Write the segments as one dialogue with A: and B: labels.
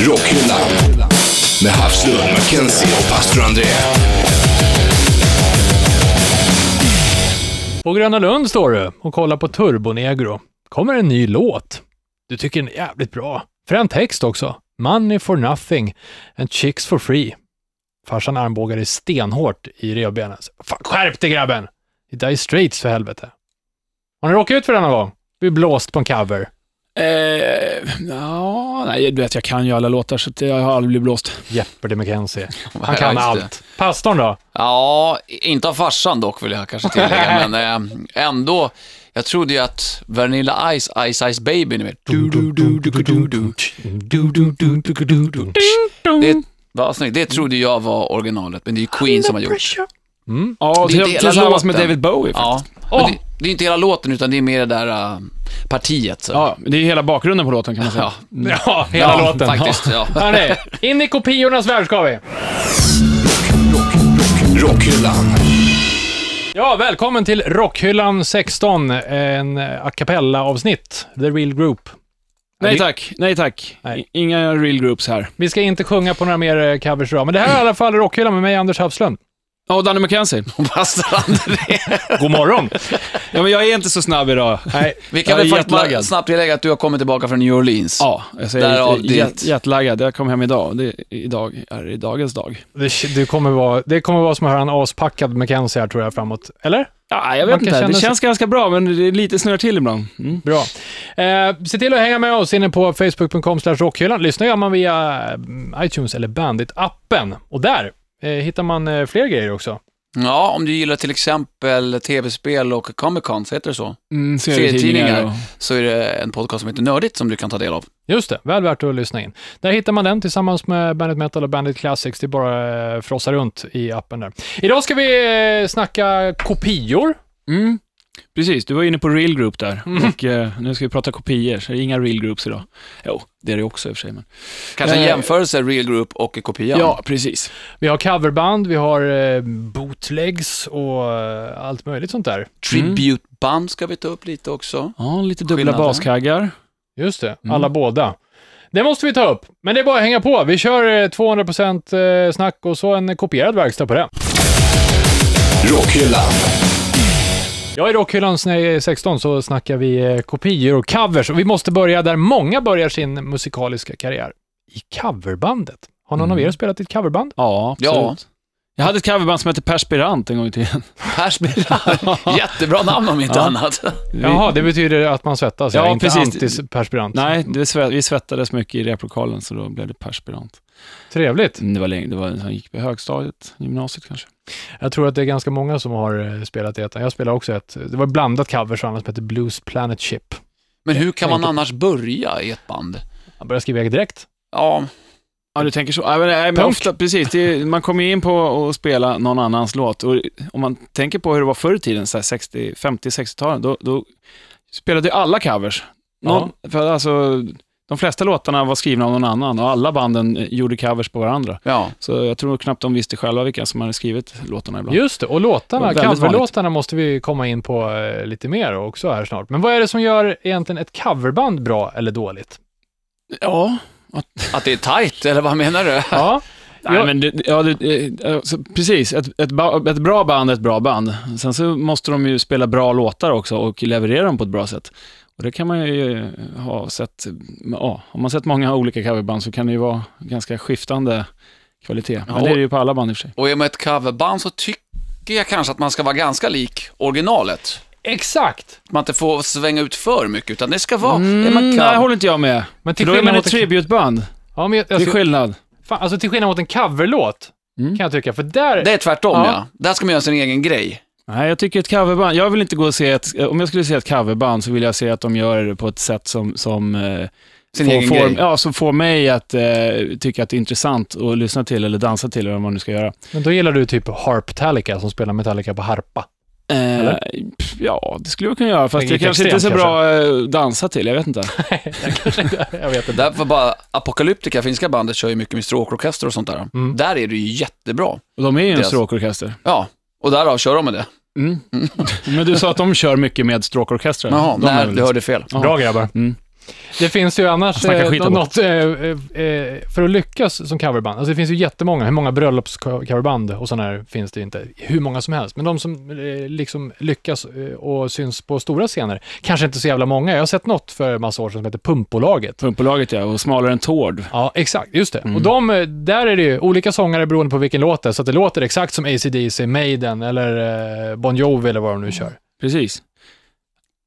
A: Rockhyllan med Havslund, Mackenzie och pastor André.
B: På Gröna Lund står du och kollar på Turbonegro. Kommer en ny låt. Du tycker den är jävligt bra. Frän text också. Money for nothing and chicks for free. Farsan armbågade stenhårt i revbenen. Fan, skärp dig grabben! I Dire Straits för helvete. Har ni råkat ut för det någon gång? Blir blåst på en cover.
C: Eh, ja, nej, du vet jag kan ju alla låtar så att jag har aldrig blivit blåst.
B: Jeopardy Mackenzie. Han
D: Ja,
B: kan
D: just det.
B: allt. Pastorn då?
D: Ja, inte av farsan dock vill jag kanske tillägga, men eh, ändå. Jag trodde ju att Vanilla Ice, Ice Ice Baby, ni vet. Du, du, du, du, du, du, du. Det, vad snyggt. det trodde jag var originalet, men det är ju Queen som har gjort.
B: Mm.
C: Ja,
D: Det är inte
C: till-
D: hela
C: tillsammans
D: låten.
C: med David Bowie
D: Ja.
C: faktiskt.
D: Men det, det är ju inte hela låten, utan det är mer det där eh, partiet. Så.
C: Ja, det är ju hela bakgrunden på låten kan man säga.
D: Ja.
B: Ja, hela
D: Ja,
B: låten.
D: faktiskt, ja.
B: Hörni, in i kopiornas värld ska vi.
A: Rockhyllan.
B: Ja, välkommen till Rockhyllan 16, en eh, a cappella-avsnitt, The Real Group.
C: Nej tack, nej tack.
B: Nej.
C: I- Inga real groups här.
B: Vi ska inte sjunga på några mer eh, covers idag, men det här är i alla fall Rockhyllan med mig, Anders Hafslund.
C: Ja, Danny McKenzie.
D: Pastor André.
B: God morgon!
C: Ja, men jag är inte så snabb idag.
B: Nej,
D: Vi
C: Jag
D: kan
C: är
D: väl faktiskt bara
C: jetlaggad.
D: snabbt tillägga att du har kommit tillbaka från New Orleans.
C: Ja, jag säger
D: Därav
C: lite jet,
D: ditt-
C: jetlaggad. Jag kom hem idag och det idag är i dagens dag.
B: det, det, kommer vara, det kommer vara som att höra en aspackad Mackenzie här tror jag framåt. Eller?
C: Ja, jag
B: Man kan
C: vet inte. Det
B: känna sig-
C: känns ganska bra, men det är lite snurrar till ibland. Mm.
B: Bra. Eh, se till att hänga med oss inne på facebook.com slash rockhyllan. Lyssna gör man via eh, iTunes eller Bandit-appen. Och där eh, hittar man eh, fler grejer också.
D: Ja, om du gillar till exempel tv-spel och Comic Con, så heter det så,
C: Mm,
D: Serietidningar.
C: och-
D: så är det en podcast som heter Nördigt som du kan ta del av.
B: Just det, väl värt att lyssna in. Där hittar man den tillsammans med Bandit Metal och Bandit Classics. Det är bara eh, frossa runt i appen där. Idag ska vi eh, snacka kopior.
C: Mm. Precis, du var inne på real group där och eh, nu ska vi prata kopior, så det är inga real groups idag. Jo, det är det också i och för sig. Men...
D: Kanske en
C: Eh.
D: jämförelse, Real Group och kopian.
C: precis.
B: Vi har coverband, vi har eh, bootlegs och eh, allt möjligt sånt där.
D: Tributeband ska vi ta upp lite också.
C: Ja, lite dubbla
D: Skillnaden.
C: baskaggar.
B: Just det, alla båda. Det måste vi ta upp, men det är bara att hänga på. Vi kör eh, 200% eh, snack och så en kopierad verkstad på det.
A: Rockhyllan.
B: Jag är Rockhyllan sn- 16 så snackar vi eh, kopior och covers och vi måste börja där många börjar sin musikaliska karriär. I coverbandet. Har någon
C: Mm.
B: av er spelat i ett coverband?
C: Ja, absolut. Jag hade ett coverband som hette Perspirant en gång i tiden.
D: Perspiran. Jättebra namn om inte
C: Ja.
D: annat.
B: Jaha, det betyder att man svettas,
C: Ja,
B: ja, inte
C: precis.
B: antiperspirant.
C: Nej, det sve- vi svettades mycket i replokalen så då blev det Perspirant.
B: Trevligt.
C: Mm, Det var länge, det var, han gick på högstadiet, gymnasiet kanske.
B: Jag tror att det är ganska många som har eh, spelat i ett. Jag spelar också ett. Det var blandat covers och annat som hette Blues Planet Ship.
D: Men hur kan man
B: Tänk-
D: annars börja i ett band?
B: Jag började skriva eget direkt.
D: Ja,
C: Ja, du tänker så. Ja, men, nej, men
B: Punk.
C: ofta, precis. Det är, man kommer ju in på att spela någon annans låt. Och om man tänker på hur det var förr i tiden, så här 60, 50-60-talen, då, då spelade ju alla covers. Någon, för alltså, de flesta låtarna var skrivna av någon annan och alla banden eh, gjorde covers på varandra.
D: ja.
C: Så jag tror knappt de visste själva vilka som hade skrivit låtarna ibland.
B: Just det, och
C: Det
B: låtarna,
C: var väldigt
B: coverlåtarna måste vi komma in på eh, lite mer också här snart. Men vad är det som gör egentligen ett coverband bra eller dåligt?
C: Ja,
D: Att det är tight, eller vad menar du?
B: Ja,
C: Nej, men det, ja det, eh, alltså, precis. Ett, ett, ba- ett bra band är ett bra band. Sen så måste de ju spela bra låtar också och leverera dem på ett bra sätt. Och det kan man ju eh, ha sett, ja, om man sett många olika coverband så kan det ju vara ganska skiftande kvalitet. Men
D: Ja,
C: det är
D: och-
C: det ju på alla band i och för sig.
D: Och är man ett coverband så tycker jag kanske att man ska vara ganska lik originalet.
B: exakt.
D: Man inte får svänga ut för mycket, utan det ska vara... är man
C: Mm,
D: cover-
C: nej, håller inte jag med.
B: Men
C: För
B: till
C: då är man
B: skillnad
C: ett
B: mot en,
C: tributeband.
B: ja, men jag, jag
C: Det är
B: ska,
C: skillnad.
B: fan, alltså, till skillnad mot en coverlåt,
C: Mm.
B: kan jag tycka. För där,
D: Det är tvärtom,
B: Ja.
D: ja. Där ska man göra sin egen grej.
C: Nej, jag tycker ett coverband, jag vill inte gå och se ett, om jag skulle se ett coverband så vill jag se att de gör det på ett sätt som, som eh,
D: Sin
C: får,
D: egen
C: får,
D: grej.
C: Ja, som får mig att eh, tycka att det är intressant att lyssna till eller dansa till eller vad man nu ska göra.
B: men då gillar du typ Harptalica som spelar Metallica på harpa.
C: Eh, pff, ja, det skulle jag kunna göra, fast
B: Tänker
C: det kanske
B: Sten,
C: inte är så bra eh, att dansa till, jag vet inte.
B: jag vet inte.
D: Därför bara, Apocalyptica, finska bandet, kör ju mycket med stråkorkester och sånt där.
B: Mm.
D: Där är det ju jättebra.
C: Och de är ju en
D: Deras-
C: stråkorkester. Mm.
D: Ja, och därav kör de med det.
C: Men du sa att de kör mycket med stråkorkestrar.
D: Mm. Jaha,
C: de är
D: nej,
C: väl-
D: du hörde fel.
C: Ja.
B: Bra grabbar.
C: Mm.
B: Det finns ju annars
C: Snacka
B: eh,
C: skit
B: nå-
C: om
B: något, eh, eh, eh, för att lyckas som coverband, alltså det finns ju jättemånga, hur många bröllopscoverband och sådana här finns det ju inte, hur många som helst, men de som eh, liksom lyckas eh, och syns på stora scener, kanske inte så jävla många, jag har sett något för en massa år sedan som heter Pumpbolaget.
C: Pumpbolaget ja, och Smalare än Tord.
B: Ja, exakt. Just det. Och
D: Mm.
B: de, eh, där är det ju olika sångare beroende på vilken låt det är, så att det låter exakt som AC/DC, Maiden eller eh, Bon Jovi eller vad de nu kör.
C: Precis.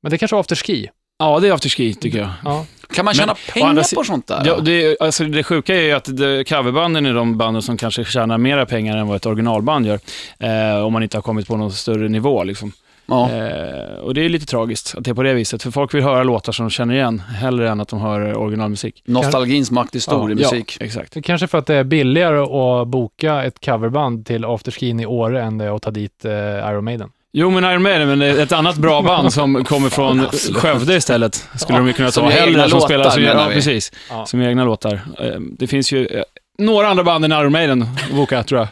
B: Men det kanske var afterski.
C: Ja, det är afterski tycker jag.
B: Ja.
D: Kan man tjäna
C: å andra
D: pengar
C: si-
D: på sånt där?
C: Ja, det, alltså det sjuka är ju att det, coverbanden är de banden som kanske tjänar mera pengar än vad ett originalband gör. Eh, om man inte har kommit på någon större nivå. Liksom.
D: Ja.
C: Eh, och det är lite tragiskt att det är på det viset. För folk vill höra låtar som de känner igen, hellre än att de hör originalmusik.
D: Nostalgins makt är stor i
C: Ja,
D: musik.
C: exakt.
B: Det kanske för att det är billigare att boka ett coverband till afterskin i Åre än det är att ta dit eh, Iron Maiden.
C: Jo, men Iron Maiden, men det är ett annat bra band som kommer från Skövde istället, skulle de ju kunna
D: Som
C: ta.
D: gör egna
C: Hellre som
D: låtar,
C: spelar, som,
D: menar
C: ja,
D: vi.
C: precis,
B: Ja.
C: som gör egna låtar. Eh, Det finns ju eh, några andra band än Iron Maiden att boka, tror jag.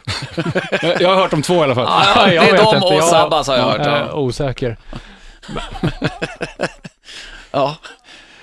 C: jag. Jag har hört om två i alla fall.
D: Ja, ja,
B: jag
D: det är
B: vet
D: de
B: inte,
D: och
B: jag-
D: Sabbas har jag hört.
B: Jag är
D: Ja.
B: osäker.
D: Ja.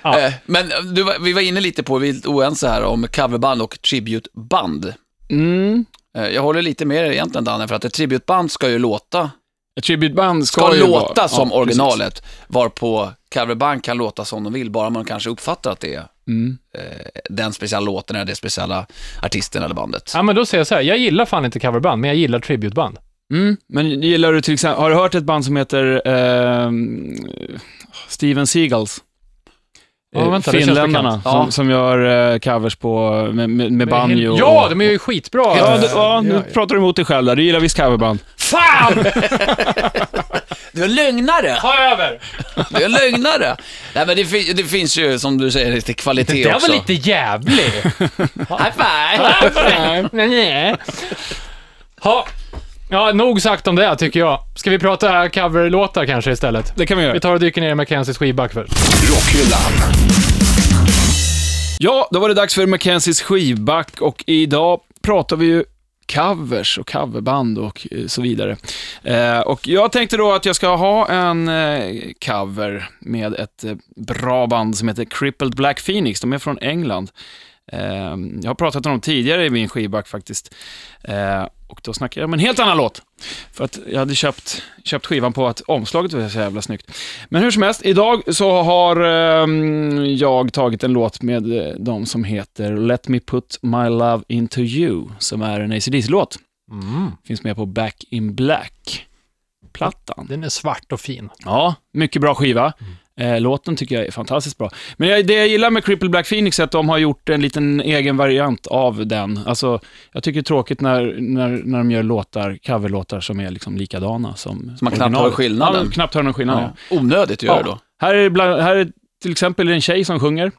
B: Ja.
D: Eh, Men du, var- vi var inne lite på, vi är lite oense här om coverband och tributeband.
C: Mm.
D: Eh, Jag håller lite med dig egentligen Danne, för att ett tributeband ska ju låta,
C: Ett tributeband ska,
D: ska
C: ju
D: låta
C: vara-
D: som
C: ja, precis.
D: originalet, varpå coverband kan låta som de vill, bara man kanske uppfattar att det är
C: Mm.
D: eh, den speciella låten eller det speciella artisten eller bandet.
B: Ja, men då säger jag så här, jag gillar fan inte coverband, men jag gillar tributeband.
C: Mm. Men gillar du till exempel, har du hört ett band som heter eh, Steven Seagals?
B: Ja,
C: Eh,
B: vänta, det känns
C: Finländarna,
B: bekant.
D: Ja.
C: som, som gör eh, covers på, med, med, med banjo. och-
B: Ja, de är ju skitbra.
C: Ja, du, ja,
B: Ja,
C: nu
B: ja.
C: pratar du emot dig själv där. Du gillar visst coverband.
D: Fan! Du är en lögnare!
B: Ta över!
D: Du är en lögnare! Nej men det, fin- det finns ju, som du säger, lite
B: Det
D: kvalitet
B: där
D: också.
B: var lite jävlig.
D: High five!
B: Nej, nej. Ha. Ja, nog sagt om det tycker jag. Ska vi prata coverlåtar kanske istället?
C: Det kan vi göra.
B: Vi tar och dyker ner i Mackenzies skivback först.
A: Rockhyllan.
C: Ja, då var det dags för Mackenzies skivback och idag pratar vi ju covers och coverband och eh, så vidare. Eh, och jag tänkte då att jag ska ha en eh, cover med ett eh, bra band som heter Crippled Black Phoenix. De är från England. Eh, jag har pratat om dem tidigare i min skivback faktiskt. Eh, och då snackade jag om en helt annan låt. För att jag hade köpt, köpt skivan på att omslaget var så jävla snyggt. Men hur som helst, idag så har ehm, jag tagit en låt med eh, dem som heter Let Me Put My Love Into You, som är en ACDC-låt.
B: Mm.
C: Finns med på Back In Black-plattan.
B: Den är svart och fin.
C: Ja, mycket bra skiva.
D: Mm.
C: Eh, Låten tycker jag är fantastiskt bra. Men jag- det jag gillar med Cripple Black Phoenix är att de har gjort en liten egen variant av den. Alltså, jag tycker det är tråkigt när, när, när de gör låtar, coverlåtar som är liksom likadana som
D: man knappt
C: originalet.
D: hör skillnaden.
C: Ja, man knappt hör någon skillnad. Ja.
D: Onödigt att göra då.
C: Här är, bland, här är till exempel en tjej som sjunger,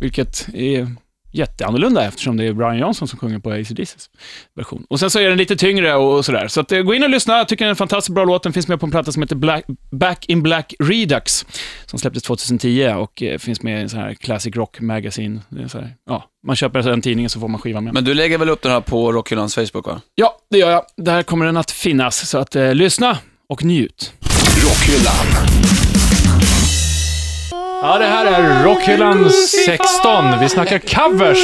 C: vilket är jätteannorlunda eftersom det är Brian Johnson som sjunger på ACDCs version. Och sen så är den lite tyngre och, och sådär. Så att, eh, gå in och lyssna, jag tycker den är en fantastiskt bra låt. Den finns med på en platta som heter Black, Back in Black Redux, som släpptes 2010 och eh, finns med i en sån här Classic Rock Magazine. Det är så här, ja, man köper den tidningen så får man skivan med.
D: Men du lägger väl upp den här på Rockhyllans Facebook va?
C: ja, det gör jag. Där kommer den att finnas, så att eh, lyssna och njut.
A: Rockhyllan.
B: Ja, det här är Rockhyllan 16. Vi snackar covers.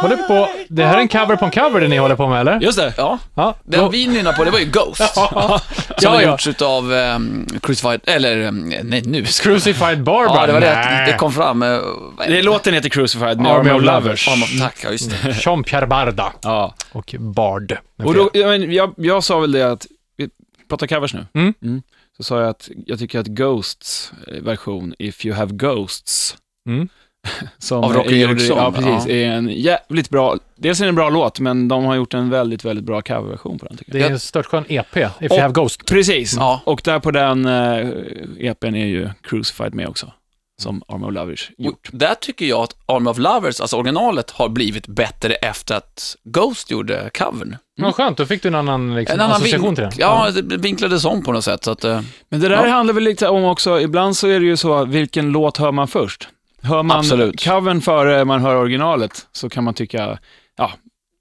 B: Håller på. Det här är en cover på en cover det ni håller på med, eller?
C: Just det.
D: Ja.
B: Ja.
D: Den vi nynnade på, det var ju Ghost. som
B: Ja,
D: har
B: ja.
D: gjorts utav um, Chris White, eller ehm, nej nu ska
B: Crucified Barbara.
D: Ja, det var det,
B: Nej.
D: det kom fram. eh, vad är
C: det
D: det?
C: låten heter Crucified med
B: Army
C: Army
B: of
C: of
B: Lovers.
C: Lovers.
D: Arm of- Tack, ja just det.
B: Jean-Pierre Barda
C: Ja.
B: och Bard. med
C: Och
B: flera.
C: då, ja, men jag, jag sa väl det att, vi pratar covers nu,
B: Mm.
C: så sa jag att jag tycker att Ghosts eh, version, If You Have Ghosts,
B: Mm.
C: som
D: Av Rocky
C: är-
D: Eriksson,
C: ja, precis,
D: ja.
C: är en jävligt bra, dels är det en bra låt, men de har gjort en väldigt, väldigt bra coverversion på den tycker jag.
B: Det är en störtskön EP, If You
C: Och-
B: Have Ghost.
C: Precis,
D: Ja.
C: och där på den eh, EPn är ju Crucified med också, som Arm of Lovers
D: Och
C: gjort.
D: där tycker jag att Army of Lovers, alltså originalet, har blivit bättre efter att Ghost gjorde covern.
B: Vad skönt, då fick du en annan, liksom,
D: Mm. En annan
B: association
D: vink-
B: till den.
D: Ja, det vinklades om på något sätt. Så att, eh,
C: Men det där
D: Ja.
C: handlar väl lite om också, ibland så är det ju så, vilken låt hör man först? Hör man
D: Absolut.
C: covern före man hör originalet så kan man tycka, ja,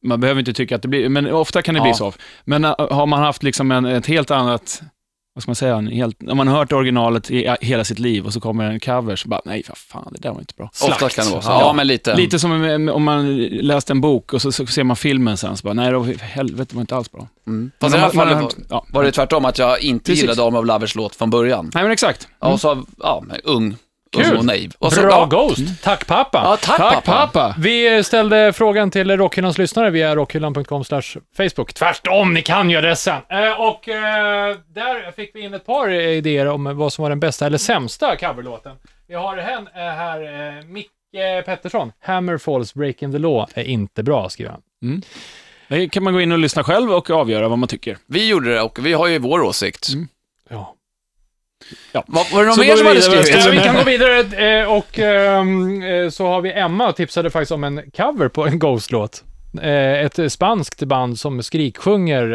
C: man behöver inte tycka att det blir, men ofta kan det
D: Ja.
C: bli så. Men äh, har man haft liksom en, ett helt annat vad ska man säga, en helt, om man har hört originalet i hela sitt liv och så kommer en cover, så bara, nej, vad fan, det där var inte bra.
D: Ofta kan det vara så. Ja, men lite.
C: Lite som om- om man läst en bok och så, så ser man filmen sen, så bara, nej, då, för helvete, det var inte alls bra.
D: Mm.
C: Men
D: Fast i det här
C: om man- man
D: fallet
C: har- ja.
D: var, var det tvärtom, att jag inte
C: Precis.
D: gillade Arm of Lovers låt från början.
C: Nej, men exakt.
D: Ja, Och så, ja, men ung.
B: Kul.
D: Ung och naiv. Och så,
B: Bra
D: ja.
B: Ghost! Tack pappa!
D: Ja, tack,
C: Tack,
D: pappa.
C: pappa.
B: Vi ställde frågan till Rockhyllans lyssnare via rockhyllan.com Facebook. Tvärtom, ni kan ju adressen. Eh, och eh, där fick vi in ett par eh, idéer om vad som var den bästa eller sämsta coverlåten. Vi har hen, eh, här, eh, Micke Pettersson. Hammer Falls Breaking the Law är inte bra, skriver han.
C: Det kan man gå in och lyssna själv och avgöra vad man tycker.
D: Vi gjorde det och vi har ju vår åsikt.
C: Mm.
B: Ja.
D: Var, var det någon
C: Så
D: mer
C: går
D: som
C: vi
D: hade
C: vidare.
D: skrivit?
B: Eh, vi kan gå vidare eh, och ehm, eh, så har vi Emma tipsade faktiskt om en cover på en Ghost-låt. Eh, ett spanskt band som skriksjunger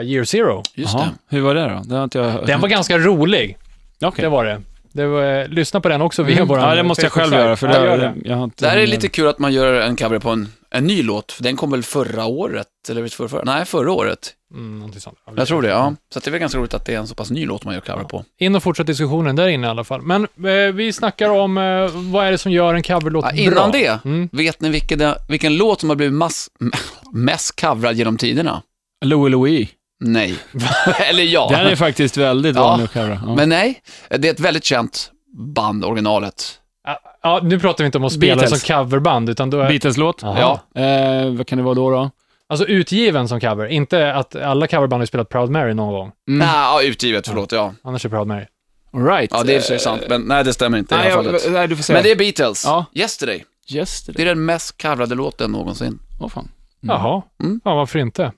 B: eh, Year Zero.
D: Just
C: Jaha,
D: det.
C: Hur var det då? Det har inte jag hört.
B: Den var ganska rolig.
C: Ja, okej.
B: Det var det. det var, eh, lyssna på den också via
C: Mm.
B: våran
C: Ja, det måste jag själv
B: Facebook-sajt.
C: göra, för
B: Ja,
C: det,
B: gör det.
C: jag har inte...
D: Det här är lite kul att man gör en cover på en, en ny låt, för den kom väl förra året? Eller förra, förra, nej, förra året.
B: Mm, någonting sånt. Ja, vi-
D: Jag tror det, ja. Så att det är väl ganska roligt att det är en så pass ny låt man gör cover på.
B: In och fortsätt diskussionen där inne i alla fall. Men eh, vi snackar om eh, vad är det som gör en coverlåt
D: Ja,
B: bra?
D: innan det,
B: Mm.
D: vet ni vilken, det- vilken låt som har blivit mass, m- mest coverad genom tiderna?
C: Louie Louie.
D: Nej. Eller ja.
C: Den är faktiskt väldigt
D: Ja,
C: vanlig att covra. Ja.
D: Men nej, det är ett väldigt känt band, originalet.
B: Ja, Ja, nu pratar vi inte om att spela
C: Beatles.
B: som coverband, utan då är...
C: Beatles-låt.
B: Jaha.
D: Ja.
C: Eh, vad kan det vara då? då?
B: Alltså utgiven som cover, inte att alla coverband har ju spelat Proud Mary någon gång.
C: Mm.
D: Nej, ja, utgivet, förlåt, ja.
B: Annars är Proud Mary.
C: All right.
D: Ja, det är i och för sig sant, men nej, det stämmer inte i det
C: Nej,
D: här
C: jag,
D: fallet.
C: nej, du får säga.
D: Men det är Beatles,
C: Ja.
D: Yesterday.
C: Just
D: Det
C: det.
D: är den mest coverade låten någonsin.
C: Åh, fan.
B: Jaha,
D: Mm.
B: ja, varför inte?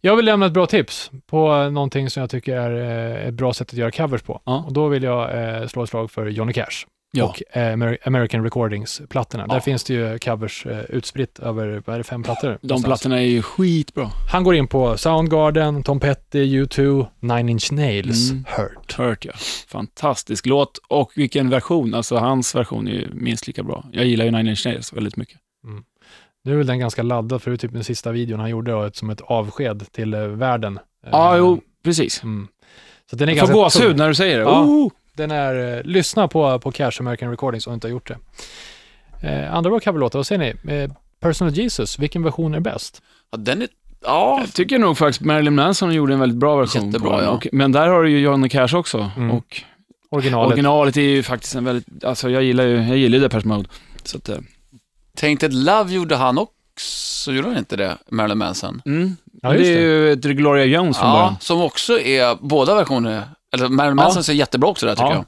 B: Jag vill lämna ett bra tips på eh, någonting som jag tycker är eh, ett bra sätt att göra covers på.
C: Ja.
B: Och då vill jag eh, slå ett slag för Johnny Cash.
C: Ja.
B: och eh, Amer- American Recordings-plattorna. Där
C: Ja.
B: finns det ju covers eh, utspritt över, vad är det, fem plattor?
C: De
B: någonstans.
C: plattorna är ju skitbra.
B: Han går in på Soundgarden, Tom Petty, U2, Nine Inch Nails,
C: Mm.
B: Hurt.
C: Hurt, ja. Fantastisk låt. Och vilken version. Alltså, hans version är ju minst lika bra. Jag gillar ju Nine Inch Nails väldigt mycket.
B: Nu är väl den ganska laddad, för det är typ den sista videon han gjorde, och ett- som ett avsked till eh, världen.
C: Ja,
B: Eh,
C: jo, precis.
B: Mm. Så den är
C: Jag får
B: ganska
C: gåshud
B: tung.
C: när du säger det.
B: Ja.
C: Oh!
B: Den är, eh, lyssna på, på Cash American Recordings om du inte har gjort det. Eh, andra bra coverlåtar, vad säger ni? Eh, Personal Jesus, vilken version är bäst?
D: Ja, den är... Ja,
C: Jag tycker nog faktiskt Marilyn Manson gjorde en väldigt bra version.
D: Jättebra,
C: på den.
D: ja.
C: Och, men där har du ju Johnny Cash också.
B: Mm.
C: Och
B: Originalet.
C: originalet är ju faktiskt en väldigt, alltså jag gillar ju, jag gillar ju Depeche Mode. Så att, eh,
D: Tainted Love gjorde han också, gjorde han inte det? Marilyn Manson.
C: mm.
B: Ja,
C: det.
B: just
C: är ju ett Gloria Jones från början.
D: Ja, som också är, båda versionerna, eller Marilyn
C: Ja.
D: Manson ser jättebra också där tycker
C: Ja.
D: jag.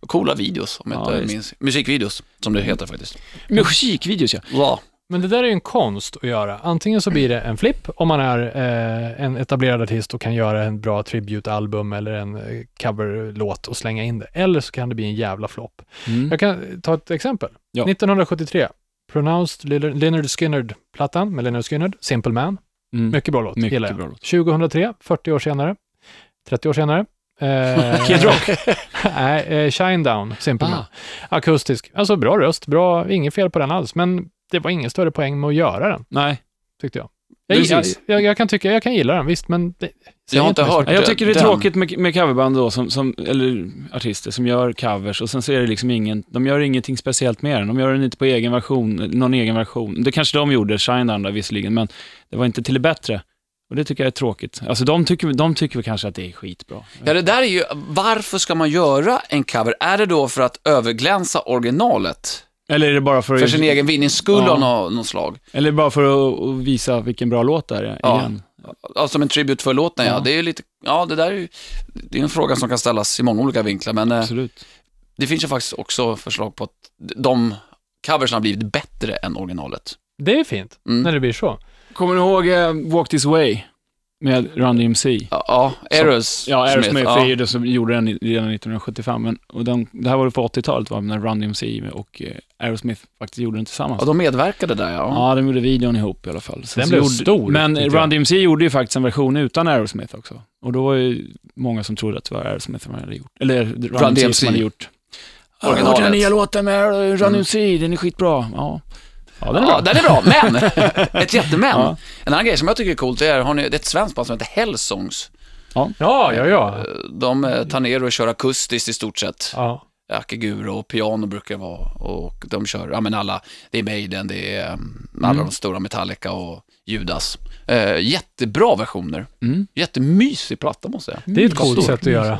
D: Och Coola videos, om jag
C: Ja,
D: inte
C: visst.
D: minns. Musikvideos, som det heter faktiskt.
C: Musikvideos ja.
D: Ja,
B: Men det där är ju en konst att göra. Antingen så blir det en flipp om man är eh, en etablerad artist och kan göra en bra tributalbum eller en eh, coverlåt och slänga in det. Eller så kan det bli en jävla flopp. Jag kan ta ett exempel.
C: Mm. Ja.
B: 1973, Pronounced Lil- Leonard Skinner-plattan med Leonard Skinner, Simple Man.
C: Mm.
B: Mycket bra låt, gillar
C: Mycket
B: jag.
C: bra låt.
B: 2003, 40 år senare, 30 år senare. Eh,
C: Kid Rock.
B: Nej, eh, Shine Down, Simple Man.
C: Ah.
B: Akustisk. Alltså bra röst, bra, inget fel på den alls, men det var ingen större poäng med att göra den,
C: Nej,
B: tyckte jag. Jag, jag,
C: Precis.
B: jag, jag kan tycka, jag kan gilla den visst, men... Det,
D: jag har inte
B: Säg
D: hört
C: Nej, jag tycker det är
D: den.
C: tråkigt med, med coverband då, som, som, eller artister som gör covers och sen så är det liksom ingen, de gör ingenting speciellt med den. De gör den inte på egen version, någon egen version. Det kanske de gjorde, Shinedown där visserligen, men det var inte till det bättre. Och det tycker jag är tråkigt. Alltså de tycker, de tycker väl kanske att det är skitbra.
D: Ja, det där är ju, varför ska man göra en cover? Är det då för att överglänsa originalet?
C: Eller är det bara för,
D: För
C: att,
D: sin e- egen vinnings skull
C: Ja.
D: av nå- någon slag?
C: eller bara för att, att visa vilken bra låt det är
D: Ja.
C: igen.
D: Ja, som en tribute för låten, ja.
C: Ja.
D: Det är ju lite, ja det där är ju, det är en fråga som kan ställas i många olika vinklar, men eh,
C: Absolut.
D: det finns ju faktiskt också förslag på att de coversen har blivit bättre än originalet.
B: Det är fint,
D: Mm.
B: när det blir så.
C: Kommer ni ihåg eh, Walk This Way med Run DMC?
D: Ja, ja Aerosmith.
C: Ja, Aerosmith
D: ja.
C: är ju det som gjorde den i- redan 1975, men, och den, det här var ju på 80-talet va, när Run DMC och eh, Aerosmith faktiskt gjorde den tillsammans.
D: Ja, de medverkade där ja.
C: Ja, de gjorde videon ihop i alla fall. Sen
B: Den
C: så
B: blev
C: gjorde,
B: stor,
C: Men
B: tyckte jag.
C: Run DMC gjorde ju faktiskt en version utan Aerosmith också. Och då var ju många som trodde att det var Aerosmith som hade gjort, eller Run,
D: Run
C: DMC
D: DMC.
C: som hade gjort. Ja, Jag har
D: Originalet.
C: hört den nya låten med eh, Run DMC, den är skitbra. Ja, ja den är
D: Ja,
C: bra.
D: den är bra, men, ett jättemän.
C: Ja.
D: En annan grej som jag tycker är coolt, det är, har ni, det är ett svenskt band som heter Hellsongs.
B: Ja, ja, ja.
D: De eh, tar ner och kör akustiskt i stort sett.
B: ja.
D: Akiguro och piano brukar det vara. Och de kör, ja men alla, det är Maiden, det är um, alla de stora Metallica och Judas. Eh, jättebra versioner.
C: Mm.
D: Jättemysig platta måste jag säga.
B: Det är ett coolt sätt att göra.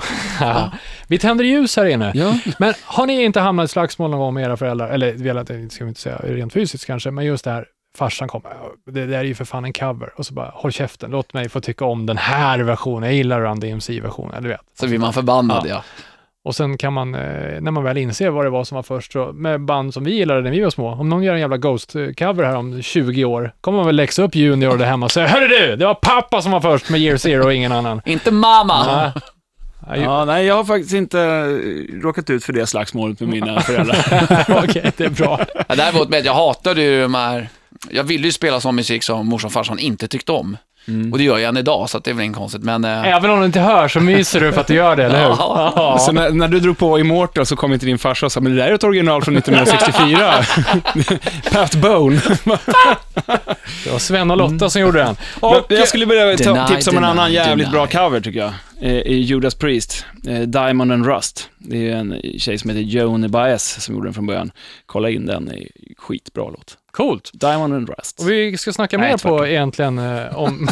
B: Vi tänder ljus här inne.
C: Ja.
B: Men har ni inte hamnat i slagsmål någon gång med era föräldrar, eller velat, det ska vi inte säga rent fysiskt kanske, men just det här, farsan kommer, "Ja, det där är ju för fan en cover, och så bara, håll käften, låt mig få tycka om den här versionen, jag gillar Run DMC-versionen, du vet.
D: Så blir man förbannad ja.
B: Och sen kan man, eh, när man väl inser vad det var som var först, så, med band som vi gillade när vi var små, om någon gör en jävla Ghost-cover här om 20 år, kommer man väl läxa upp Junior där hemma och säga, hörru du, det var pappa som var först med Year Zero och ingen annan.
D: Inte mamma!
B: Ja.
C: Ja, nej, jag har faktiskt inte eh, råkat ut för det slagsmålet med mina föräldrar.
B: Okej, det är bra.
D: Ja, däremot med att jag hatade ju de här, jag ville ju spela sån musik som morsan och farsan inte tyckte om. Och det gör jag än idag, så att det är väl inget konstigt. Men eh,
B: Även om du inte hör så myser du för att du gör det, eller hur?
D: Ja.
C: Så när, när du drog på Immortal så kom inte din farsa och sa, men det där är ett original från 1964. Pat Bone.
B: Det var Sven och Lotta som gjorde den.
C: Och jag skulle börja ta,
D: Deny,
C: tipsa om en
D: deny,
C: annan jävligt
D: deny.
C: bra cover tycker jag. Eh, är Judas Priest, eh, Diamond and Rust. Det är ju en tjej som heter Joan Baez som gjorde den från början. Kolla in den, det är ju skitbra låt.
B: Coolt.
C: Diamond and Rust.
B: Och vi ska snacka
C: Nej,
B: mer
C: tvärtom.
B: på egentligen eh, om...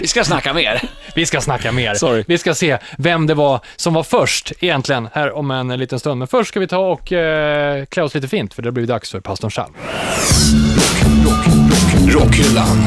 D: vi ska snacka mer.
B: vi ska snacka mer.
C: Sorry.
B: Vi ska se vem det var som var först egentligen här om en liten stund. Men först ska vi ta och eh, klä oss lite fint för det blir dags för pastorn Chalm.
A: Rockhyllan.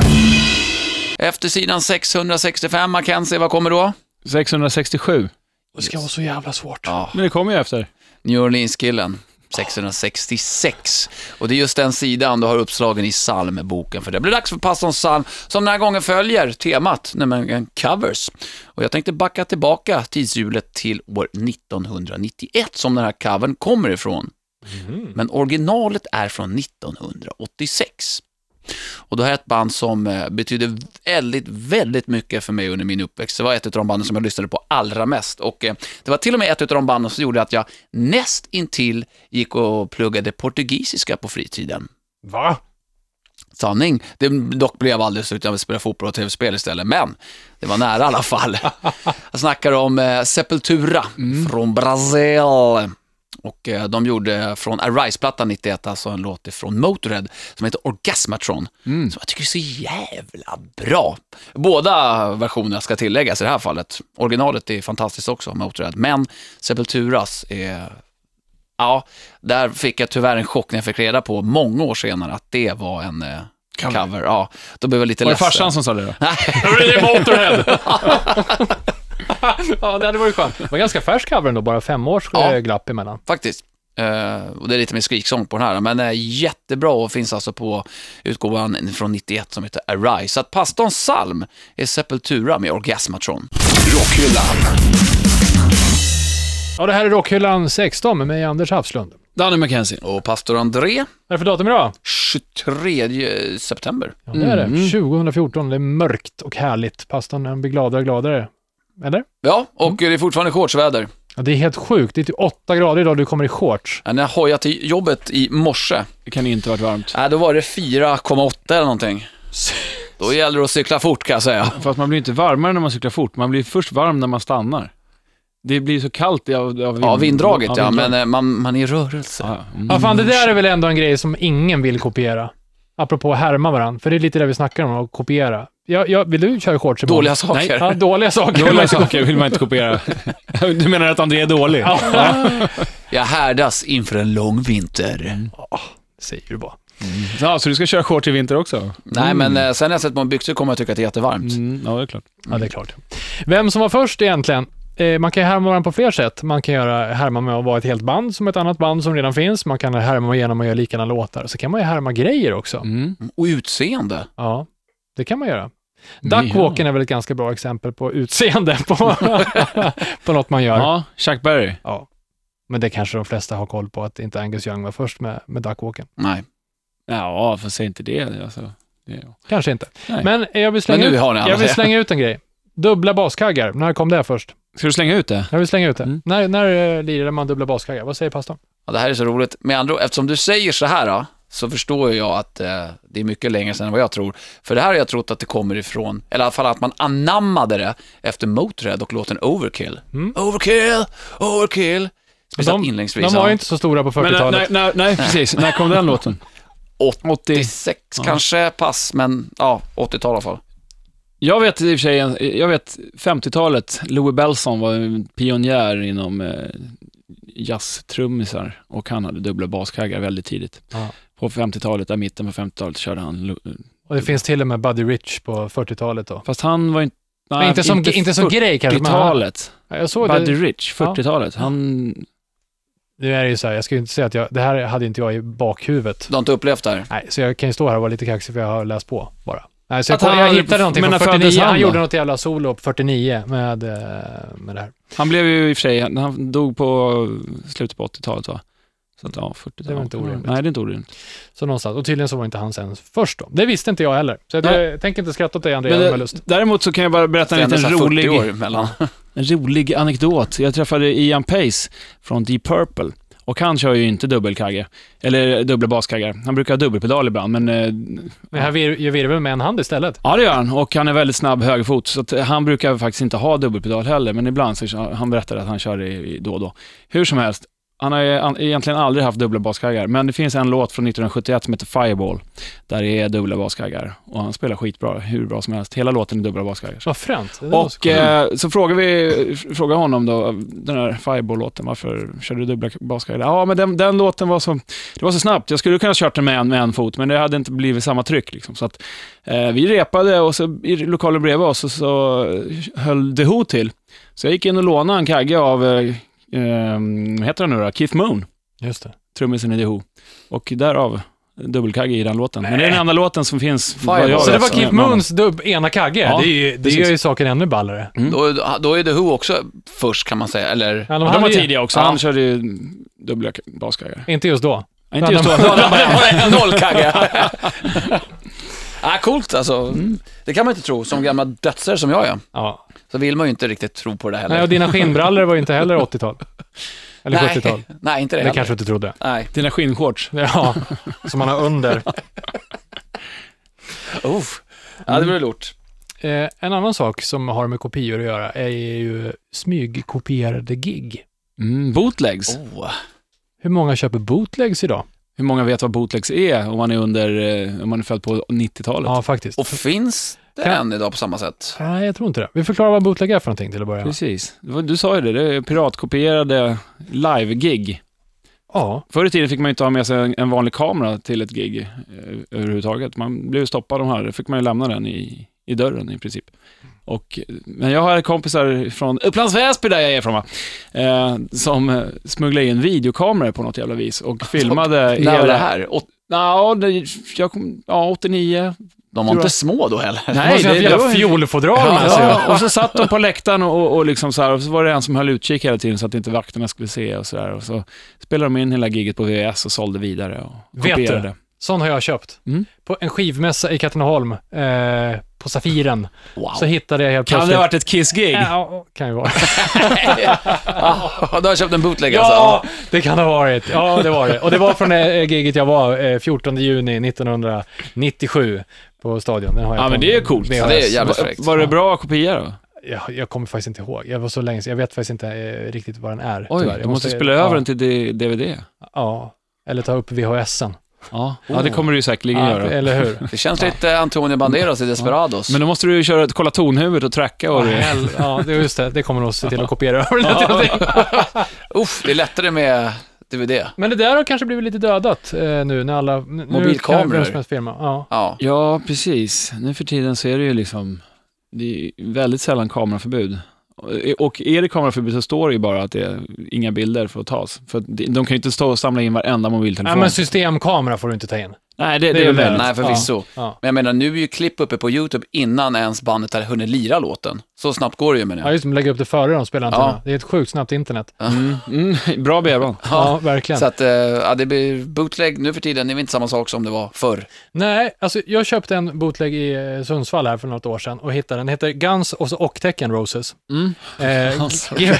D: Efter sidan 665, Mackenzie, vad kommer då?
C: 667,
B: Det ska vara så jävla svårt.
D: Ja.
C: men det kommer ju efter.
D: New Orleans-killen. 666. Och det är just den sidan du har uppslagen i psalmboken för det blir dags för pastorns psalm som den här gången följer temat, nämligen covers. Och jag tänkte backa tillbaka tidshjulet till år 1991 som den här covern kommer ifrån. Men originalet är från 1986. Och det här är ett band som eh, betyder väldigt, väldigt mycket för mig under min uppväxt. Det var ett av de banden som jag lyssnade på allra mest. Och eh, det var till och med ett av de banden som gjorde att jag näst intill gick och pluggade portugisiska på fritiden.
B: Va?
D: Sanning, det dock blev aldrig så utan jag spelade fotboll och tv-spel istället, men det var nära i alla fall. Jag snackar om eh, Sepultura från Brasil. Och eh, de gjorde från Arise-plattan 91, alltså en låt ifrån Motörhead som heter Orgasmatron, som jag tycker är så jävla bra. Båda versionerna ska tilläggas i det här fallet. Originalet är fantastiskt också, Motörhead, men Sepulturas är Ja, där fick jag tyvärr en chock när jag fick reda på många år senare att det var en eh, cover. Ja, då blev jag lite
C: Var det
D: ledsen.
C: farsan som sa det då?
B: Det är Motorhead! ja, det hade varit skönt. Det var ganska färsk cover ändå, bara fem års
D: Ja.
B: eh, glapp emellan.
D: Faktiskt. Eh, och det är lite mer skriksång på den här, men eh, jättebra och finns alltså på utgåvan från 91 som heter Arise. Så att pastorns psalm är Sepultura med Orgasmatron.
A: Rockhyllan.
B: Ja, det här är Rockhyllan 16 med mig, Anders Hafslund. Vad
C: Danny McKenzie.
D: Och pastor André,
B: är det för datum idag? Mm.
D: 23 september.
B: Ja, det är det. 2014, det är mörkt och härligt. Pastan blir gladare och gladare. Eller?
D: Ja,
C: Mm.
D: och det är fortfarande shortsväder.
B: Ja, det är helt sjukt. Det är typ 8 grader idag du kommer i shorts.
D: När jag hojade till jobbet i morse,
C: Det kan inte varit varmt.
D: äh, då var det 4,8 eller någonting. Då gäller det att cykla fort kan jag säga.
C: Fast man blir inte varmare när man cyklar fort, man blir först varm när man stannar. Det blir så kallt av, av, vind,
D: Ja, vinddraget ja, men
C: vinddraget.
D: eh, man, man är i rörelse.
C: Ja, ja. Mm.
B: Ja, fan, det där är väl ändå en grej som ingen vill kopiera. Apropå att härma varandra, för det är lite det vi snackar om, att kopiera. Ja, ja, vill du köra shorts imorgon?
D: Dåliga saker.
B: Ja, dåliga saker.
C: Dåliga saker vill man inte kopiera. Du menar att André är dålig?
D: Jag härdas inför en lång vinter.
B: Säger du bara.
C: Mm. Ja, så du ska köra shorts i vinter också?
D: Nej, men eh, sen när jag sett på en byxor kommer jag tycka att det är jättevarmt.
C: Mm, ja, det är klart.
B: Ja, det är klart. Vem som var först egentligen? Eh, Man kan ju härma varandra på fler sätt. Man kan göra, härma med att vara ett helt band som ett annat band som redan finns. Man kan härma genom att göra likadana låtar. Så kan man ju härma grejer också.
C: Mm.
D: Och utseende.
B: Ja, det kan man göra.
C: Mm, Ja.
B: Duckwalken är väl ett ganska bra exempel på utseende på, på något man gör.
C: Ja, Chuck Berry.
B: Ja. Men det kanske de flesta har koll på, att inte Angus Young var först med, med duckwalken.
D: Nej.
C: Ja, för säg inte det. Alltså. det-
B: Kanske inte.
C: Nej.
B: Men jag vill, slänga
D: Men nu
B: ut,
D: har ni alla
B: jag vill
D: det.
B: slänga ut en grej. Dubbla baskaggar, när kom det först?
C: Ska du slänga ut det?
B: Jag vill slänga ut det.
C: Mm.
B: När, när eh, lirade man dubbla baskaggar? Vad säger pastorn?
D: Ja, det här är så roligt. Med andra ord, eftersom du säger så här, då, så förstår ju jag att eh, det är mycket längre sedan än vad jag tror. För det här har jag trott att det kommer ifrån, eller i alla fall att man anammade det efter Motörhead och låten Overkill. Overkill, Overkill. Speciellt
B: De,
D: inledningsvis.
B: de var
D: ja.
B: ju inte så stora på
C: Men, när,
B: 40-talet.
C: när, när, nej, precis. När kom den låten? 80.
D: 86 kanske pass, men ja, 80-tal i alla fall.
C: Jag vet i och för sig, en- jag vet 50-talet, Louis Bellson var en pionjär inom eh, jazztrummisar och han hade dubbla baskaggar väldigt tidigt.
B: Ja.
C: På 50-talet, där mitten på 50-talet körde han, lu-
B: Och det finns till och med Buddy Rich på 40-talet då.
C: fast han var inte, nej,
B: Men inte som, inte som grej kanske, men han-
C: 40-talet.
B: Ja, jag såg
C: Buddy
B: det.
C: Rich, 40-talet. Han,
B: Nu är det ju så här, jag ska ju inte säga att jag, det här hade inte jag i bakhuvudet.
D: Du har inte upplevt det här?
B: Nej, så jag kan ju stå här och vara lite kaxig för jag har läst på bara. Nej, så
C: Att
B: jag,
C: han
B: kollade- jag
C: hade-
B: hittade någonting
C: men
B: från
C: när föddes
B: 49, han
C: han då?
B: gjorde något jävla solo på 49 med, eh, med det här.
C: han blev ju i och för sig, han- han dog på slutet på 80-talet va? Så att, ja, 40-talet.
B: Det var inte orimligt.
C: Nej, det är inte orimligt.
B: Så någonstans, och tydligen så var inte han sen först då. Det visste inte jag heller. Så jag,
C: Nej.
B: jag tänker inte skratta åt dig Andrea,
C: Men,
B: om jag har
C: det-
B: lust.
C: däremot så kan jag bara berätta
D: Det är
C: en
D: ändå så
C: liten
D: här 40
C: rolig...
D: år emellan.
C: En rolig anekdot. Jag träffade Ian Pace från Deep Purple. Och han kör ju inte dubbelkagge, eller dubbla baskaggar. Han brukar ha dubbelpedal ibland, men... Eh,
B: Men här vir- gör virveln med en hand istället.
C: ja, det gör han. Och han är väldigt snabb högerfot, så att eh, han brukar faktiskt inte ha dubbelpedal heller, men ibland så han berättar att han kör det i- då och då. Hur som helst, han har ju an- egentligen aldrig haft dubbla baskaggar, men det finns en låt från 1971 som heter Fireball, där det är dubbla baskaggar. Och han spelar skitbra, hur bra som helst. Hela låten är dubbla baskaggar.
B: Vad fränt. Det var så
C: Och
B: kul.
C: eh, så frågar vi frågar honom då, den här Fireball-låten, varför körde du dubbla baskar? Ja, men den, den låten var så, det var så snabbt. Jag skulle kunna ha kört den med en, med en fot, men det hade inte blivit samma tryck. Liksom. Så att, eh, vi repade och så i lokalen bredvid oss och så höll The Who till. Så jag gick in och lånade en kagge av, eh, eh, vad heter han nu då, Keith Moon,
B: Just det.
C: trummisen i The Who. Och därav dubbelkagge i den låten. Men det är den enda låten som finns. vad
D: Fireball.
C: jag
B: Så det
C: vet,
B: var
C: som är
B: Keith
C: med honom.
B: Moons dubb, ena kagge.
C: Ja,
B: det är ju, det
C: precis. Mm.
B: gör ju saken ännu ballare.
D: Då, då är The Who också först kan man säga, eller?
B: Ja,
C: Ja,
B: hade
C: de var
B: ju-
C: tidiga också.
D: Ja.
C: Han körde ju dubbla baskaggar.
B: Inte just då.
C: Ja, inte just då. alltså,
D: Då hade man noll kagge. ah, coolt alltså.
B: Mm.
D: Det kan man inte tro, som gamla dödsare som jag är.
B: Ja.
D: Så vill man ju inte riktigt tro på det heller.
B: Nej, och dina skinnbrallor var ju inte heller 80-tal. Eller 70-tal.
D: Nej, nej, inte det,
B: Det
D: heller.
B: kanske du inte trodde.
D: Nej.
C: Dina skinnshorts.
B: Ja, som man har under.
D: Uff.
B: Mm.
D: Ja, det blir lort.
B: Eh, en annan sak som har med kopior att göra är ju smygkopierade gig.
C: Mm, bootlegs.
D: Oh.
B: Hur många köper bootlegs idag?
C: Hur många vet vad bootlegs är om man är under, eh, om man är född på 90-talet?
B: Ja, faktiskt.
D: Och finns det
B: Kan-
D: än idag på samma sätt?
B: Nej, jag tror inte det. Vi förklarar vad bootleg är för någonting till att börja med.
C: Precis. Det var- Du sa ju det, det är piratkopierade live-gig.
B: Ja,
C: Förr i tiden fick man ju inte ha med sig en- en vanlig kamera till ett gig eh, överhuvudtaget. Man blev ju stoppad av de här, då fick man ju lämna den i, i dörren i princip. Och, eh, men jag har kompisar från Upplands Väsby, där jag är från va, eh, som eh, smugglade in videokameror på något jävla vis och filmade
D: När var det
C: hela...
D: här? Och
C: Ja, det, jag kom, ja, 89.
D: de var inte små då heller.
B: Nej, måste ju ha ett jävla fiolfodral med sig.
C: ja, och så satt de på läktaren och, och, liksom så här, och så var det en som höll utkik hela tiden så att inte vakterna skulle se och så där. Och så spelade de in hela giget på VHS och sålde vidare
B: Vet
C: och
B: du?
C: kopierade.
B: Sån har jag köpt.
C: Mm.
B: På en skivmässa i Katrineholm, eh, på Safiren,
D: Wow.
B: så hittade jag helt
C: Kan det
B: plötsligt...
C: ha varit ett Kiss-gig?
B: Ja, kan ju vara.
D: Ah, då har jag köpt en bootleg
B: Ja,
D: alltså.
B: det kan ha varit. Ja, det var det. Och det var från det eh, giget jag var eh, 14 juni 1997 på Stadion. Den har jag
C: Ja,
B: på
C: men det är
B: min
C: coolt.
B: VHS.
D: Ja, det är jävligt fräckt.
C: Var det bra kopia då?
B: jag, jag kommer faktiskt inte ihåg. Jag var så länge sedan. Jag vet faktiskt inte eh, riktigt vad den är.
C: Oj,
B: tyvärr.
C: du
B: Jag
C: måste, spela över
B: ja,
C: den till D- DVD.
B: Ja, eller ta upp VHSen.
C: Ja, ja det kommer du ju säkerligen
B: Ja,
C: göra.
B: eller hur?
D: Det känns lite Antonio Banderas i Desperados.
C: Men då måste du ju köra, kolla tonhuvudet och tracka och det.
B: Hell- ja, det är just det. Det kommer nog se till att kopiera över den till någonting.
D: Uff, det är lättare med DVD.
B: Men det där har kanske blivit lite dödat eh, nu när alla... n- Nu
D: Mobilkameror.
B: kan vem som helst filma. Ja.
D: Ja.
C: Ja, precis. Nu för tiden så är det ju liksom, det är väldigt sällan kameraförbud. Och är det kameraförbud så står det ju bara att det är inga bilder får tas. För att de de kan ju inte stå och samla in varenda mobiltelefon.
B: Nej, men systemkamera får du inte ta in.
C: Nej, det,
B: Det
C: det,
B: är
C: är
B: väl
C: väl
B: det.
D: Nej, förvisso.
B: Ja.
D: Men jag menar, nu är ju klipp uppe på YouTube innan ens bandet har hunnit lira låten. Så snabbt går det ju menar
B: Ja,
D: jag.
B: just det, de lägger upp det före de spelar antennerna. Det är ett sjukt snabbt internet. Ja,
C: Mm, bra bredband.
B: verkligen.
D: Så att, eh, ja, det blir bootleg nu för tiden, det är väl inte samma sak som det var förr.
B: Nej, alltså jag köpte en bootleg i eh, Sundsvall här för något år sedan och hittade den. Den heter Guns och så Octech and Roses.
D: Mm.
B: Eh, give,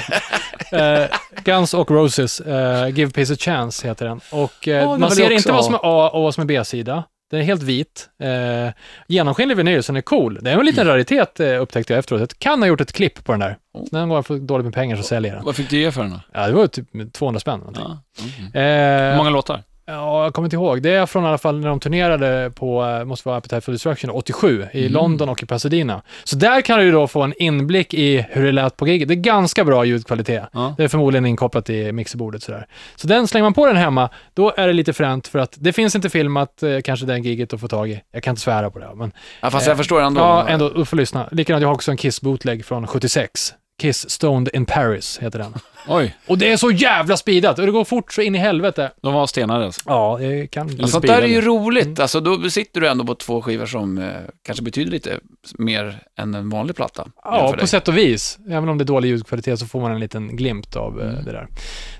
B: eh, Guns och Roses, eh, Give Peace a Chance heter den. Och eh,
D: Åh, den
B: man
D: vill
B: ser
D: jag
B: inte
D: också
B: vad
D: ha.
B: som är A och vad som är B-sida. Den är helt vit. Eh, genomskinlig vinyl, så den är cool. Det är en liten
D: Mm.
B: raritet eh, upptäckte jag efteråt. Jag kan ha gjort ett klipp på den där.
D: Oh.
B: Så när den går för dåligt med pengar så säljer jag den.
C: Vad fick du ge för den då?
B: Ja, det var typ 200 spänn. någonting.
C: Ja. Mm. Hur
B: Eh,
C: många låtar?
B: Ja, jag kommer inte ihåg. Det är från i alla fall när de turnerade på, eh, måste vara Appetite for Destruction, 87 i London och i Pasadena. Så där kan du ju då få en inblick i hur det lät på giget. Det är ganska bra ljudkvalitet.
C: Ja.
B: Det är förmodligen inkopplat i mixerbordet sådär. Så den slänger man på den hemma, då är det lite fränt för att det finns inte filmat eh, kanske den giget att få tag i. Jag kan inte svära på det, men
D: Ja, fast
C: Eh,
D: jag förstår ändå.
B: ja, ändå, du får lyssna. Likadant, jag har också en Kiss-bootleg från 76. Kiss Stoned in Paris heter den.
C: Oj,
B: Och det är så jävla speedat och det går fort så in i helvete.
C: de var stenade alltså.
B: Ja, det kan...
D: Ja, Sånt där är ju
C: Mm.
D: roligt, alltså då sitter du ändå på två skivor som eh, kanske betyder lite mer än en vanlig platta.
B: Ja,
D: för
B: på
D: dig.
B: sätt och vis. Även om det är dålig ljudkvalitet så får man en liten glimt av eh, det där.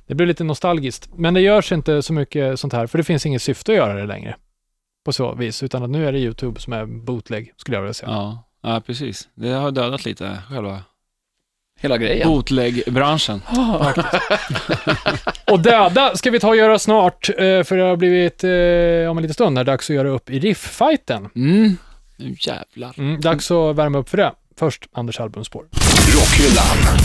B: Det blir lite nostalgiskt. Men det görs inte så mycket sånt här, för det finns inget syfte att göra det längre. På så vis, utan att nu är det YouTube som är bootleg, skulle jag vilja säga.
C: Ja. ja, precis. Det har dödat lite, själva
D: Hela grejen.
C: bootleg-branschen.
B: Och döda ska vi ta och göra snart, eh, för det har blivit, eh, om en liten stund, här, dags att göra upp i riff-fighten.
C: Mm. Nu jävlar.
B: Mm, dags att värma upp för det. Först Anders albumspår.
A: Rockhyllan.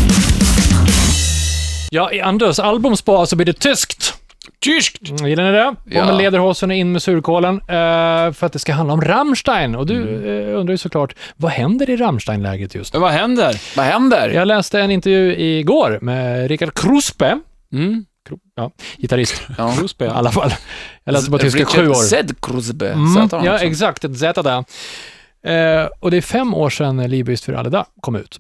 B: Ja, i Anders albumspår så blir det tyskt.
C: Tyskt!
B: Mm, Gillar ni det?
D: Ja.
B: Ja. Bommen Lederhosen är in med surkålen eh, för att det ska handla om Rammstein. Och du
D: Mm.
B: eh, undrar ju såklart, vad händer i Rammstein-lägret just nu?
C: Vad händer?
D: Vad händer?
B: Jag läste en intervju igår med Richard Kruspe,
C: Mm.
B: ja, gitarrist
D: Ja.
B: i
C: Krosby.
B: alla fall. Jag läste på tyska i
D: Richard
B: sju år.
D: Zed Krusbe,
B: Mm,
D: sätter han
B: ja,
D: också.
B: exakt. Ett Z där. Eh, och det är fem år sedan Libyst för Alleda kom ut.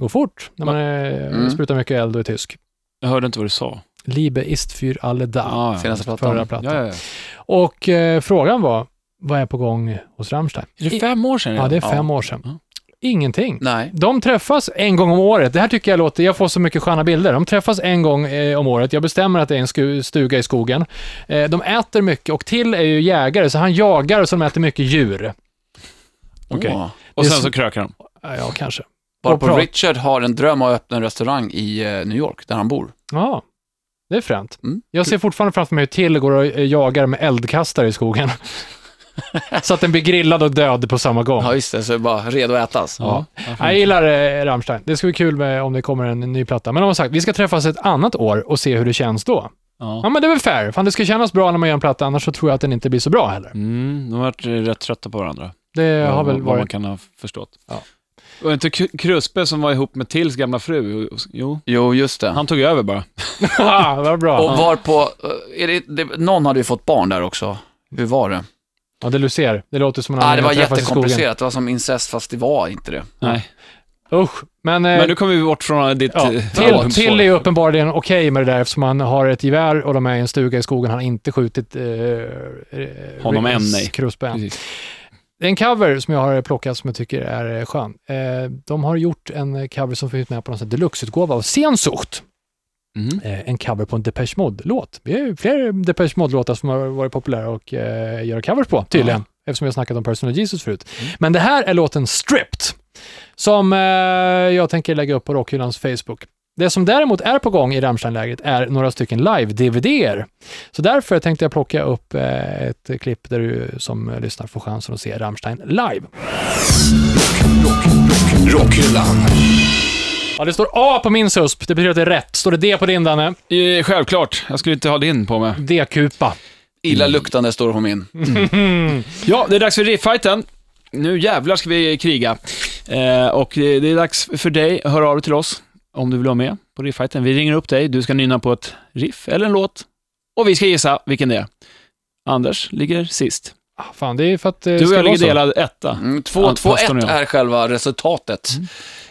B: Går fort när man eh,
D: Mm.
B: sprutar mycket eld och är tysk.
C: Jag hörde inte vad du sa.
B: Libeist für Alleda,
C: Ja, ja.
D: Senaste plattan.
B: förra
C: Ja,
B: plattan.
C: ja, ja.
B: Och eh, frågan var, vad är på gång hos Rammstein?
C: Är det fem år sedan?
B: Ja, det är
D: Ja.
B: fem år sedan.
C: Ja.
B: Ingenting.
D: Nej.
B: De träffas en gång om året. Det här tycker jag låter... Jag får så mycket sköna bilder. De träffas en gång eh, om året. Jag bestämmer att det är en sku, stuga i skogen. Eh, de äter mycket och Till är ju jägare, så han jagar och så de äter mycket djur.
C: Okej.
D: Åh.
C: Och
B: Det är
C: sen
B: så-
C: så krökar de.
B: Eh, Ja, kanske.
D: Bara
B: Och prat-
D: på Richard har en dröm att öppna en restaurang i eh, New York, där han bor.
B: Ja, det är fränt.
D: Mm.
B: Jag ser fortfarande framför mig hur Till går och eh, jagar med eldkastare i skogen. så att den blir grillad och död på samma gång.
D: Ja, just det, så är det bara redo att ätas.
B: Ja.
C: varför
B: Jag
C: inte?
B: gillar eh, Rammstein. Det ska bli kul med, om det kommer en ny platta. Men de har sagt, vi ska träffas ett annat år och se hur det känns då. Ja,
C: Ja.
B: men det är väl fair. Fan, det ska kännas bra när man gör en platta, annars så tror jag att den inte blir så bra heller.
C: Mm, de har varit eh, rätt trötta på varandra.
B: Det har
C: vad,
B: väl
C: vad man
B: varit...
C: kan ha förstått.
B: Ja.
C: Var det inte K- Kruspe som var ihop med Tills gamla fru? Jo,
D: Jo, just det.
C: han tog över bara.
B: Ja, vad bra.
D: Och var på, eh, är det, det, någon hade ju fått barn där också. Hur var det?
B: Ja, det du ser. Det låter som en
D: Nej, det var
B: träffas i skogen.
D: jättekomplicerat. Det var som incest, fast det var inte det.
C: Nej.
B: Usch, men... eh,
C: Men nu kommer vi bort från ditt...
B: Ja,
C: eh,
B: till,
C: albumspår.
B: till är ju uppenbarligen okej med det där eftersom han har ett gevär och de är i en stuga i skogen. Han har inte skjutit... Eh, eh,
C: Honom än,
B: Rickens
C: nej.
B: Kruspe än.
C: Precis.
B: Det är en cover som jag har plockat som jag tycker är eh, skön. Eh, de har gjort en eh, cover som finns med på någon sån här deluxe-utgåva av Sensucht.
C: Mhm.
B: Eh, en cover på en Depeche Mode-låt. Det är ju fler Depeche Mode-låtar som har varit populära och eh, gör covers på, tydligen. Eftersom jag har snackat om Personal Jesus förut. Men det här är låten Stripped, som eh, jag tänker lägga upp på Rockhyllans Facebook. Det som däremot är på gång i Rammstein-lägret är några stycken live-DVD-er. Så därför tänkte jag plocka upp eh, ett klipp där du som eh, lyssnar får chansen att se Rammstein live.
A: Rockhyllan.
B: Ja, det står A på min susp. Det betyder att det är rätt. Står det D på din, Danne?
C: Eh, Självklart, jag skulle inte ha din på mig.
B: D-kupa.
C: Mm.
D: Illa luktande står det på min. Mm,
C: Ja, det är dags för rifffighten. Nu jävlar ska vi kriga. Eh, och det det är dags för dig, hör av dig till oss om du vill vara med på rifffighten. Vi ringer upp dig, du ska nynna på ett riff eller en låt och vi ska gissa vilken det är. Anders ligger sist.
B: Ah, Fan, det är för att det
C: Du och
B: ska
C: jag
B: vara
C: ligger
B: så.
C: delad etta.
D: Mm,
C: Ja, pastorn och
D: 2-2-1
C: jag. Mm.
D: är själva resultatet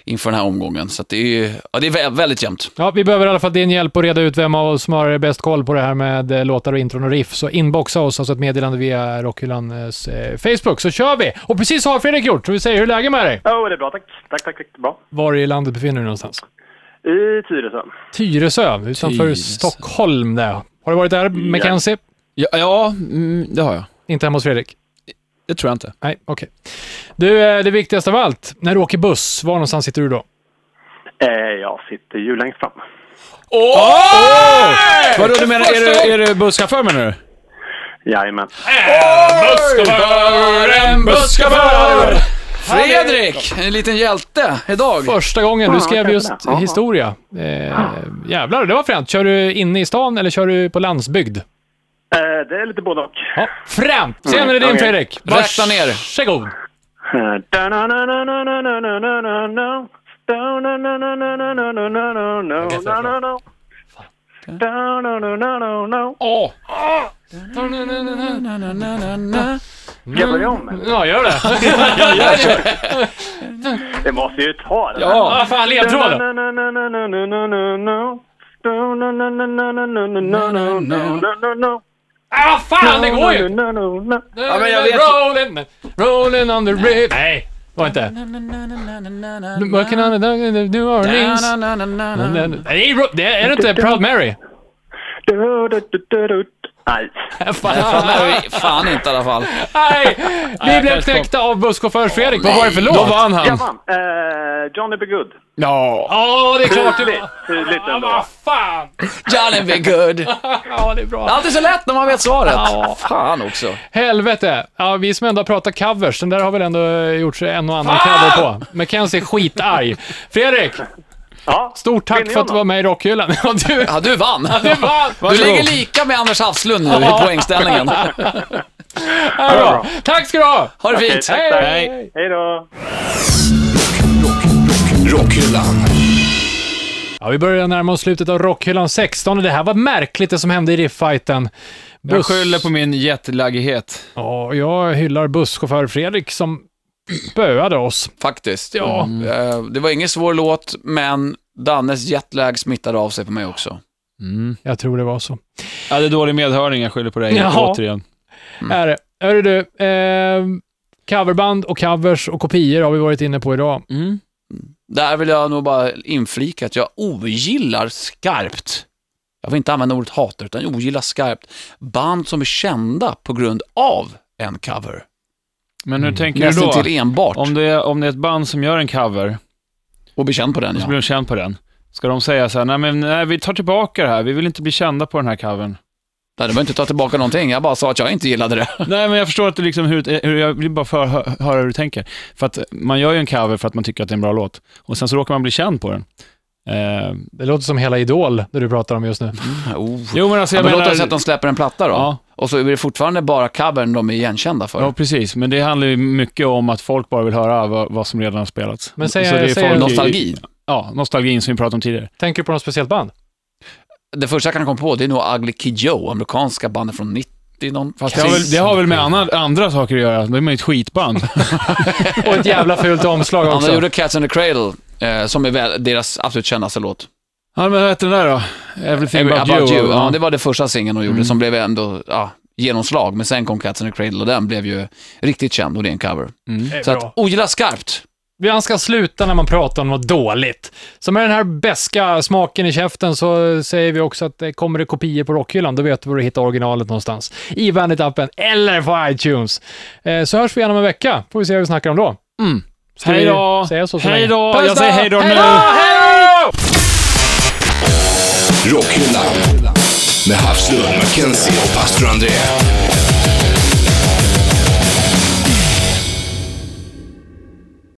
D: inför den här omgången. Så att det är ju, ja, det är vä- väldigt jämnt.
B: Ja, vi behöver i alla fall din hjälp att reda ut vem av oss som har bäst koll på det här med eh, låtar och intron och riff. Så inboxa oss, alltså ett meddelande via Rockhyllans eh, Facebook, så kör vi! Och precis så har Fredrik gjort, så vi säger hur är läget med dig?
E: Ja, det är bra tack. Tack, tack, tack. Bra.
B: Var i landet befinner du dig någonstans?
E: I Tyresö.
B: Tyresö, utanför
C: Tyresö.
B: Stockholm där. Har du varit där, Mackenzie?
C: Ja, ja mm, det har jag.
B: Inte hemma hos Fredrik?
C: Det tror jag inte.
B: Nej, okej. Du, eh, det viktigaste av allt, när du åker buss, var någonstans sitter du då?
E: Eh, jag sitter ju längst fram.
C: Vadå, du menar, är du, är du busschaufför menar du?
E: Jajamän.
C: En busschaufför!
D: Fredrik, en liten hjälte idag.
B: Första gången, du
E: Ja,
B: skrev
E: kanske
B: just
E: det. Ja.
B: historia. Eh, jävlar, det var fränt. Kör du inne i stan eller kör du på landsbygd?
E: Eh, det är lite både och.
B: Ja, fränt! Sen är det din
E: okej.
B: Fredrik.
D: Räkna ner.
B: Varsågod.
E: Eh, da-na-na-na-na-na-na-na-na-na. Da-na-na-na-na-na-na-na-na-na.
B: vet verkligen.
E: Da-na-na. Da-na-na-na-na-na.
C: Åh!
E: Ska jag börja om? eller?
B: Ja, gör det.
E: Det måste ju ta det.
B: Ja, fan, ledtråden.
E: Da-na-na-na-na-na-na-na-na. Da-na-na-na-na-na-na-na-na-na-na.
B: Ah, fan, det går ju!
E: Na-na-na-na-na.
B: Ja,
D: men jag vet ju-
B: rolling, rolling on the rib. Nej, det var inte. Working on the New Orleans.
C: eh,
B: Nej, ro- det är det inte Proud Mary?
E: Du-du-du-du-du. Nej.
B: Fan.
D: Nej, fan inte i alla fall.
B: Nej, vi blev
C: kanske
B: knäckta av busschaufförs-Fredrik. Vad var det för
C: Då
B: låt?
C: vann
E: Jag
C: han.
E: vann. Eh, Johnny Be Good.
C: Ja.
B: Ja, det är klart du
E: Tydligt, tydligt
B: Ja,
E: ändå.
B: vad fan!
D: Johnny be good.
B: Ja, det är bra.
D: Alltid så lätt när man vet svaret. Fan också.
B: Helvete! Ja, vi som ändå har pratat covers, den där har väl ändå eh, gjorts en och annan cover på. Mackenzie är skitarg. Fredrik,
E: Ja,
B: stort tack
E: Vinner
B: för
E: jag
B: att du var med i Rockhyllan. Ja, du,
D: Ja, du vann.
B: du vann!
D: Du
C: Varsågod.
D: ligger lika med Anders Hafslund nu i poängställningen.
B: Ja, bra. Tack ska du ha!
D: Ha det fint.
E: tack, tack.
C: Nej.
E: hej då.
A: Rockhyllan.
B: Ja, vi börjar närma oss slutet av Rockhyllan 16 och det här var märkligt det som hände i rifffighten.
C: Jag skyller på min jetlaggighet.
B: Ja, jag hyllar busschaufför Fredrik som spöade oss.
D: Faktiskt. Ja. Eh, Det var ingen svår låt, men Dannes jetlag smittade av sig på mig också.
B: Jag tror det var så.
C: Jag hade dålig medhörning, jag skyller på dig
B: Jaha.
C: återigen.
D: Mm.
B: Är det. Hörru du, eh, coverband och covers och kopior har vi varit inne på idag.
D: Mm. Där vill jag nog bara inflika att jag ogillar skarpt, jag vill inte använda ordet hatar, utan jag ogillar skarpt band som är kända på grund av en cover.
C: Men hur tänker du då?
D: Mm. Nästan till enbart.
C: Om det, är, om det är ett band som gör en cover,
D: Och bli känd på den,
C: och så
D: ja.
C: blir de känd på den. Ska de säga så här, nej men nej, vi tar tillbaka det här, vi vill inte bli kända på den här covern.
D: Nej, du behöver inte ta tillbaka någonting. Jag bara sa att jag inte gillade det.
C: nej men jag förstår att det liksom, hur, hur, jag vill bara för, hö- höra hur du tänker. För att man gör ju en cover för att man tycker att det är en bra låt. Och sen så råkar man bli känd på den. Eh,
B: Det låter som hela Idol, det du pratar om just nu.
D: Oh.
C: jo men alltså
D: Ja,
C: jag
D: men låt
C: menar...
D: oss att de släpper en platta då.
C: Ja.
D: Och så är det fortfarande bara covern de är igenkända för.
C: Ja, precis. Men det handlar ju mycket om att folk bara vill höra vad, vad som redan har spelats.
B: Men säg-
C: Så det är
B: säg-
C: folk i-
D: Nostalgi.
C: Ja, nostalgin som vi pratade om tidigare.
B: Tänker du på något speciellt band?
D: Det första jag kan komma på, det är nog Ugly Kid Joe, amerikanska bandet från 90 någon.
C: Fast det har, väl, det har väl med annan, andra saker att göra. De är ju ett skitband.
B: Och ett jävla fult omslag
D: Han
B: också.
D: gjorde Cats in the Cradle, eh, som är väl, deras absolut kändaste låt.
C: ja, men vad heter den där då? Everything about,
D: About
C: you.
D: you. Ja, det var det första singeln de gjorde, som blev ändå ja, genomslag. Men sen kom Cats in the Cradle och den blev ju riktigt känd och det är en cover.
B: Det är
D: Så
B: bra.
D: att, ogilla skarpt.
B: Man ska sluta när man pratar om något dåligt. Så med den här beska smaken i käften så säger vi också att eh, kommer det kopior på rockhyllan, då vet du var du hittar originalet någonstans. I Bandit-appen eller på iTunes. Eh, Så hörs vi igen om en vecka, får vi se vad vi snackar om då. Ska vi
C: Hej då!
B: säga så så
C: Hej
B: länge?
C: då!
B: Puss
C: Jag säger hej då nu!
A: Rockhyllan. Med Havslund, Mackenzie och pastor André.